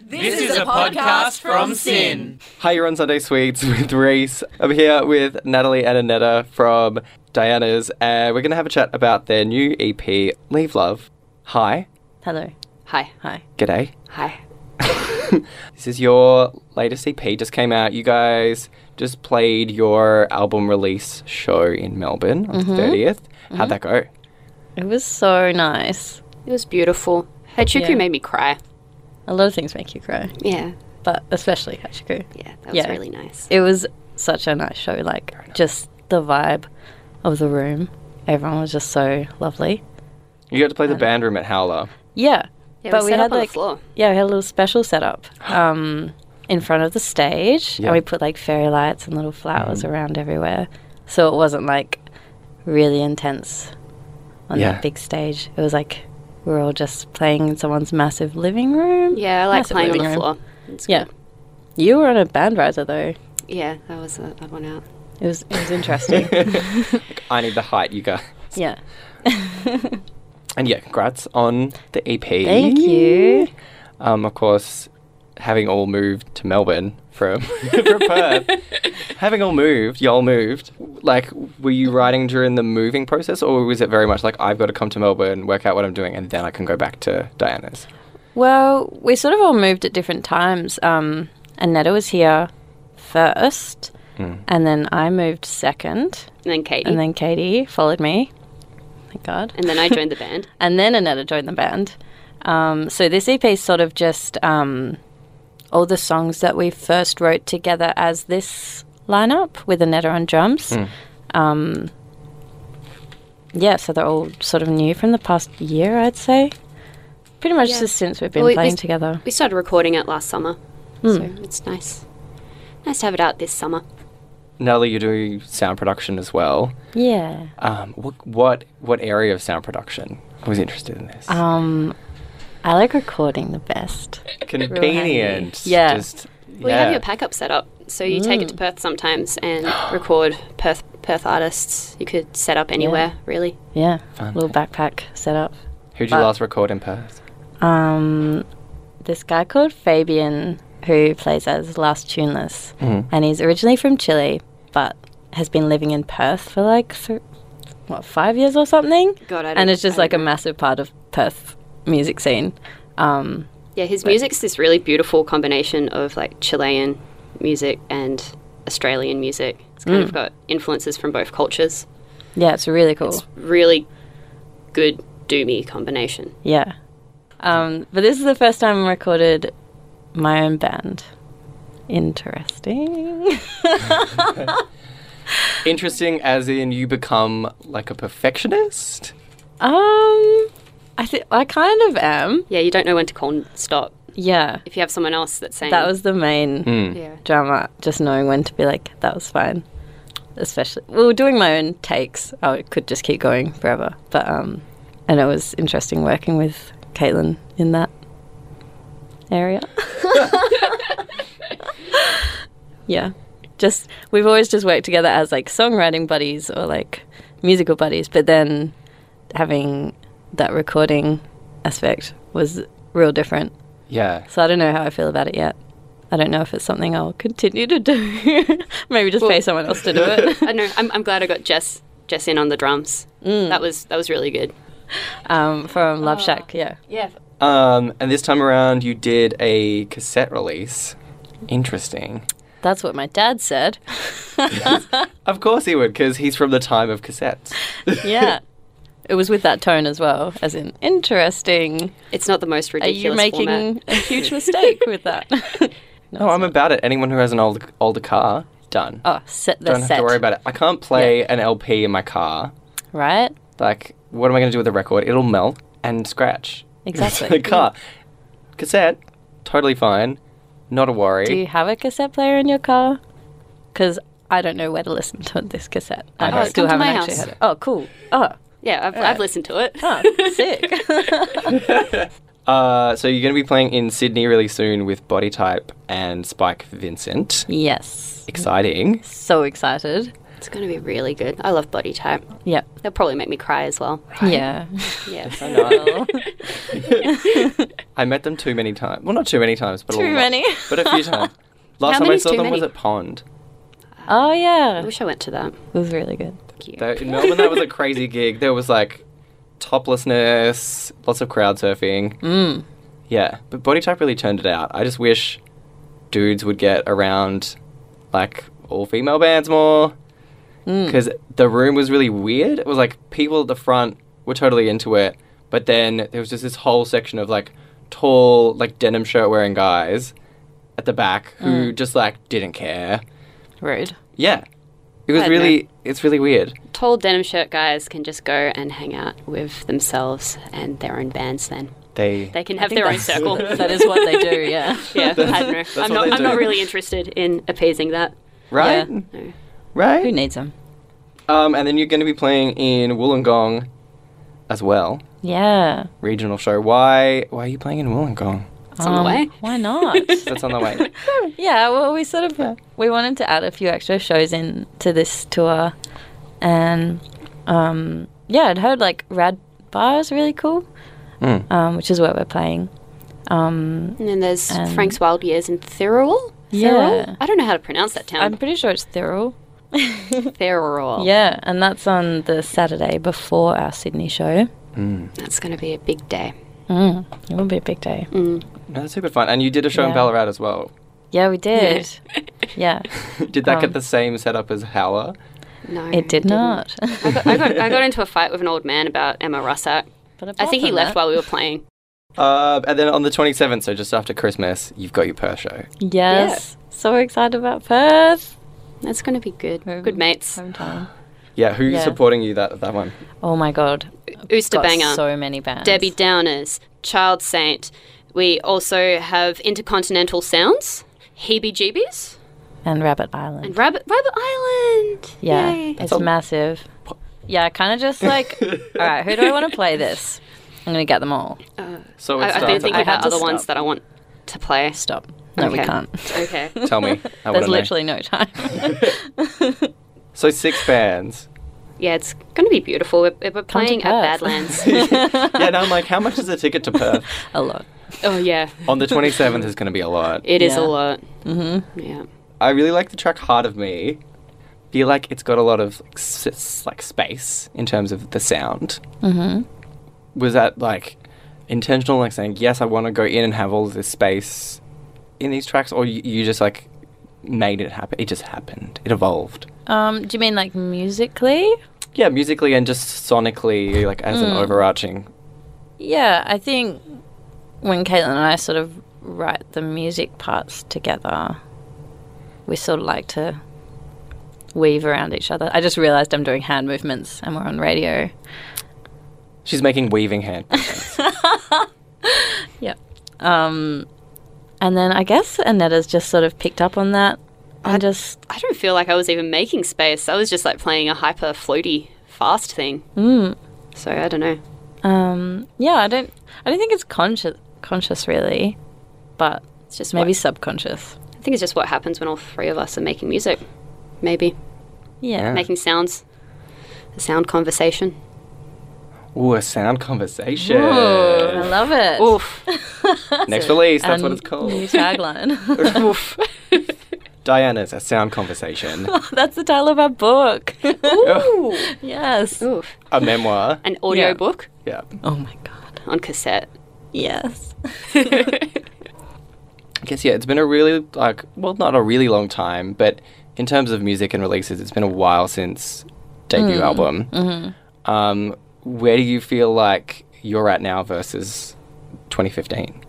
This is a podcast from Sin. Hi, you're on Sunday Sweets with Reese. I'm here with Natalie and Annetta from Diana's, and we're going to have a chat about their new EP, Leave Love. Hi, Hello. Hi. Hi. g'day. Hi. This is your latest EP, just came out. You guys just played your album release show in Melbourne on Mm-hmm. the 30th. How'd that go? It was so nice. It was beautiful. Hachuku Yeah. made me cry. A lot of things make you cry, Yeah. but especially Hachiku. Yeah. That was Yeah. really nice. It was such a nice show. Like, just the vibe of the room. Everyone was just so lovely. You got to play Uh, the band room at Howler. Yeah. Yeah, we set up on the floor. Yeah, we had a little special setup um, in front of the stage, Yeah. Mm-hmm. and we put like fairy lights and little flowers around everywhere, so it wasn't like really intense on Yeah. that big stage. It was like we were all just playing in someone's massive living room. Yeah, I like Massive playing on living the room. floor. It's Yeah, good. you were on a band riser though. Yeah, that was uh, that one out. It was it was interesting. I need the height, you guys. yeah, And yeah, congrats on the E EP. thank you. um, of course, having all moved to Melbourne from, from Perth, having all moved, y'all moved, like, were you writing during the moving process, or was it very much like, I've got to come to Melbourne, work out what I'm doing, and then I can go back to Diana's? Well, we sort of all moved at different times. Um, Annetta was here first, Mm. and then I moved second. And then Katie. And then Katie followed me. Thank God. and then I joined the band. And then Annetta joined the band. Um, so this EP is sort of just um, all the songs that we first wrote together as this lineup with Annetta on drums. Hmm. Um, yeah, so they're all sort of new from the past year, I'd say. Pretty much Yeah. just since we've been Well, we- playing we- together. We started recording it last summer, so it's nice. Nice to have it out this summer. Natalie, you do sound production as well. Yeah. Um, what, what, what area of sound production? I was interested in this. Um, I like recording the best. Convenient. handy. Yeah. Just, We have yeah. your pack up set up, so you take it to Perth sometimes and record Perth Perth artists. You could set up anywhere, really. Yeah. Little backpack setup. Who'd you but- last record in Perth? um, this guy called Fabian who plays as Last Tuneless, and he's originally from Chile, but has been living in Perth for like th- what five years or something. God, I don't- and it's just I like a don't know. massive part of Perth music scene. Um, Yeah, his music's this really beautiful combination of like Chilean music and Australian music. It's kind Mm. of got influences from both cultures. yeah, it's really cool. Really good doomy combination. yeah, um, but this is the first time I recorded my own band. Interesting. Interesting, as in you become like a perfectionist? Um, I think I kind of am. Yeah, you don't know when to call and stop. Yeah, If you have someone else that's saying that was the main. Hmm. Mm. yeah. drama, just knowing when to be like, that was fine. Especially, well, doing my own takes, I could just keep going forever. But, um, and it was interesting working with Caitlin in that area. yeah. Just, we've always just worked together as like songwriting buddies or like musical buddies. But then having that recording aspect was real different. Yeah. So I don't know how I feel about it yet. I don't know if it's something I'll continue to do. Maybe just pay someone else to do it. I know. I'm, I'm glad I got Jess Jess in on the drums. Mm. That was that was really good. Um, from Oh, Love Shack, yeah. Um, and this time around, you did a cassette release. Interesting. That's what my dad said. Of course he would, because he's from the time of cassettes. Yeah. It was with that tone as well, as in interesting. It's not the most Are ridiculous you making format. a huge mistake with that? no, Oh, I'm about it. Anyone who has an old older car, done. oh, set the Don't have set, to worry about it. I can't play an LP in my car. right? Like, what am I going to do with the record? It'll melt and scratch. the Exactly. car. Cassette, totally fine. Not a worry. do you have a cassette player in your car? Because I don't know where to listen to this cassette. I, don't. still Come to haven't my actually house. had it. Oh, cool. Oh, Yeah, I've, I've listened to it. oh sick. Uh, so you're going to be playing in Sydney really soon with Body Type and Spike Vincent. yes. Exciting. so excited. It's going to be really good. I love Body Type. Yep. They'll probably make me cry as well. Yeah. Yeah. I, I met them too many times. Well, not too many times, but a Too lot. many. But a few times. Last How time I many's saw too them was many? at Pond. Oh yeah, I it wish I went to that. was really good. Though in Melbourne, that was a crazy gig. There was like toplessness, lots of crowd surfing. Mm. Yeah, but Body Type really turned it out. I just wish dudes would get around like all female bands more Hmm. Mm. because the room was really weird. It was like people at the front were totally into it, but then there was just this whole section of like tall, like denim shirt wearing guys at the back Hmm. who just like didn't care. Rude. Yeah, it was I'd really, it's really weird. Tall denim shirt guys can just go and hang out with themselves and their own bands then. They They can have their own that's- circle. That is what they do. Yeah. yeah, I don't know. what I'm, not, they I'm not do. really interested in appeasing that. right, Yeah. No. right. Who needs them? Um, and then you're going to be playing in Wollongong as well. Yeah. Regional show. Why? Why are you playing in Wollongong? It's on the way. Um, Why not? That's on the way. yeah. Well, we sort of we wanted to add a few extra shows in to this tour, and um, yeah, I'd heard like Rad Bar is really cool, Mm. um, which is where we're playing. Um, And then there's Um, Frank's Wild Years in Thirroul. Yeah. Thirroul? I don't know how to pronounce that I'm town. pretty sure it's Thirroul. Thirroul. Yeah, and that's on the Saturday before our Sydney show. Mm. That's going to be a big day. Mm, it will be a big day. Mm. No, that's super fun. And you did a show in Yeah. Ballarat as well. Yeah, we did. yeah, Did that get Um, the same setup as Howler? No. it did didn't. not. Mm. I got, I, got, I got into a fight with an old man about Emma Russack. But I apart think he from left that- while we were playing. Uh, and then on the 27th, so just after Christmas, you've got your per show. Yes. So excited about Perth. That's going to be good. Very Good good. mates. Hometown. Yeah, who's Yeah. supporting you that that one? Oh my god. Ooster Got Banger, so many bands. Debbie Downers, Child Saint. We also have Intercontinental Sounds, Heebie Jeebies, and Rabbit Island. and Rabbit, Rabbit Island. yeah. Yay. It's a- massive. Yeah, I kind of just like, all right, who do I want to play this? I'm going to get them all. So it Uh, I, I've been starts thinking at had about to other ones stop. that I want to play. Stop. No, we Okay. can't. Okay. the- Tell me. I There's wanna know. literally no time. So six bands. Yeah, it's going to be beautiful. We're, we're playing at Perth. Badlands. Yeah, now I'm like, how much is a ticket to Perth? a lot. oh, yeah. on the 27th is going to be a lot. It is Yeah. a lot. Mm-hmm. Yeah. I really like the track "Heart of Me." Feel like it's got a lot of like, s- s- like space in terms of the sound. Mm-hmm. Was that like intentional, like saying yes, I want to go in and have all of this space in these tracks, or you, you just like made it happen? It just happened. It evolved. Um, do you mean like musically? Yeah, musically and just sonically, like as Hmm. an overarching. Yeah, I think when Caitlin and I sort of write the music parts together, we sort of like to weave around each other. I just realised I'm doing hand movements and we're on radio. She's making weaving hand. Um, and then I guess Anetta's just sort of picked up on that and just I don't feel like I was even making space. I was just like playing a hyper floaty fast thing. So I don't know. mm, um, yeah. I don't I don't think it's conscious conscious really, but It's just maybe maybe subconscious. I think it's just what happens when all three of us are making music. Maybe Yeah. making sounds, a sound conversation. Ooh, a sound conversation. I love it. Oof. Next release. That's what And it's called. New tagline. Oof. Diana's a sound conversation, That's the title of our book. Ooh. yes. Oof. a memoir. An audio book Yeah. Oh my god. on cassette. Yes. I guess yeah, it's been a really like well, not a really long time, but in terms of music and releases, it's been a while since debut Hmm. album. Mm-hmm. Um, where do you feel like you're at now versus 2015?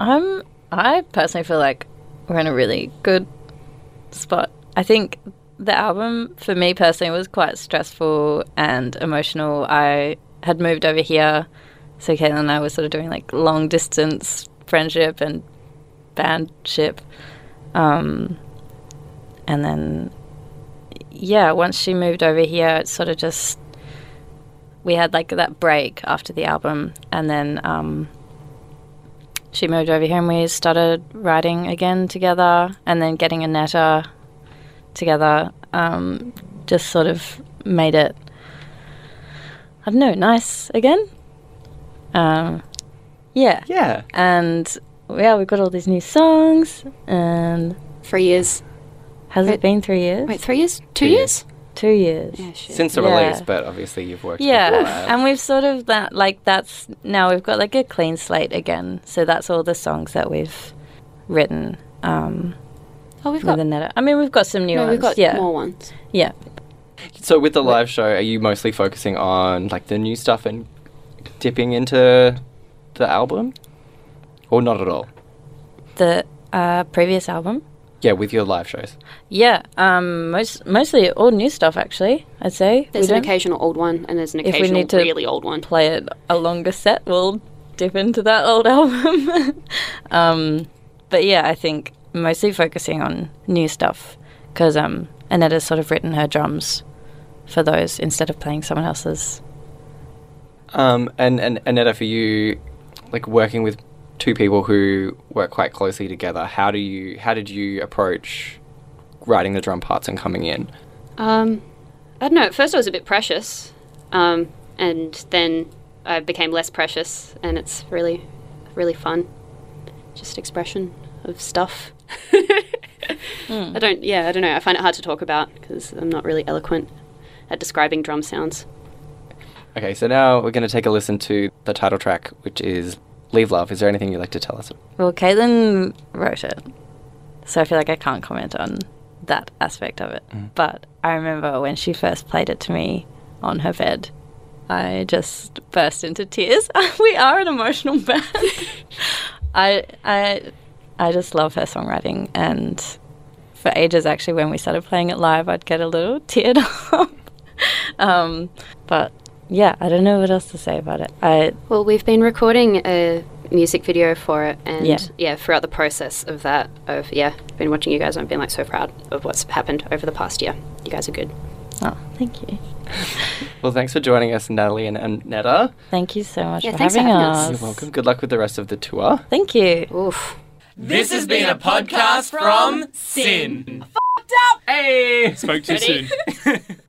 I'm I personally feel like we're in a really good spot. I think the album for me personally was quite stressful and emotional. I had moved over here, so Caitlin and I were sort of doing like long distance friendship and bandship. Um, and then, yeah, once she moved over here, it sort of just we had like that break after the album, and then um, she moved over here and we started writing again together and then getting Annetta together. um, just sort of made it, I don't know, nice again. Um, yeah. Yeah. And yeah, we've got all these new songs. And Three years. has it Wait- been three years? Wait, three years? Two Two years? Two years. Yeah, shit. Since the Yeah. release, but obviously you've worked. before Yeah, that. and we've sort of that like that's now we've got like a clean slate again. So that's all the songs that we've written. Um, oh, we've got. with Aneta. I mean, we've got some new No, ones. we've got yeah, more ones. yeah. So with the live show, are you mostly focusing on like the new stuff and dipping into the album, or not at all? The uh, previous album. Yeah, with your live shows. Yeah, um, most mostly all new stuff actually. I'd say There's We an don't occasional old one, and there's an we occasional need to- really old one. play it a longer set. We'll dip into that old album. um, but yeah, I think mostly focusing on new stuff because um, Anetta's sort of written her drums for those instead of playing someone else's. Um, and and Aneta, for you, like working with two people who work quite closely together, how do you how did you approach writing the drum parts and coming in? Um, I don't know. At first, I was a bit precious, um, and then I became less precious, and it's really, really fun. Just expression of stuff. I don't. Yeah, I don't know. I find it hard to talk about because I'm not really eloquent at describing drum sounds. Okay, so now we're going to take a listen to the title track, which is "Leave Love." Is there anything you'd like to tell us? Well, Caitlin wrote it, so I feel like I can't comment on that aspect of it. But I remember when she first played it to me on her bed, I just burst into tears. we are an emotional band. I, I, I just love her songwriting, and for ages actually, when we started playing it live, I'd get a little teared up. um, but yeah, I don't know what else to say about it. I Well, we've been recording a music video for it, and Yeah. yeah, throughout the process of that, I've yeah been watching you guys. and I've been like so proud of what's happened over the past year. You guys are good. oh, thank you. Well, thanks for joining us, Natalie and Aneta. Thank you so much Yeah, for thanks for having, having us. us. You're welcome. Good luck with the rest of the tour. Thank you. Oof. This has been a podcast from Sin. Spoke too soon.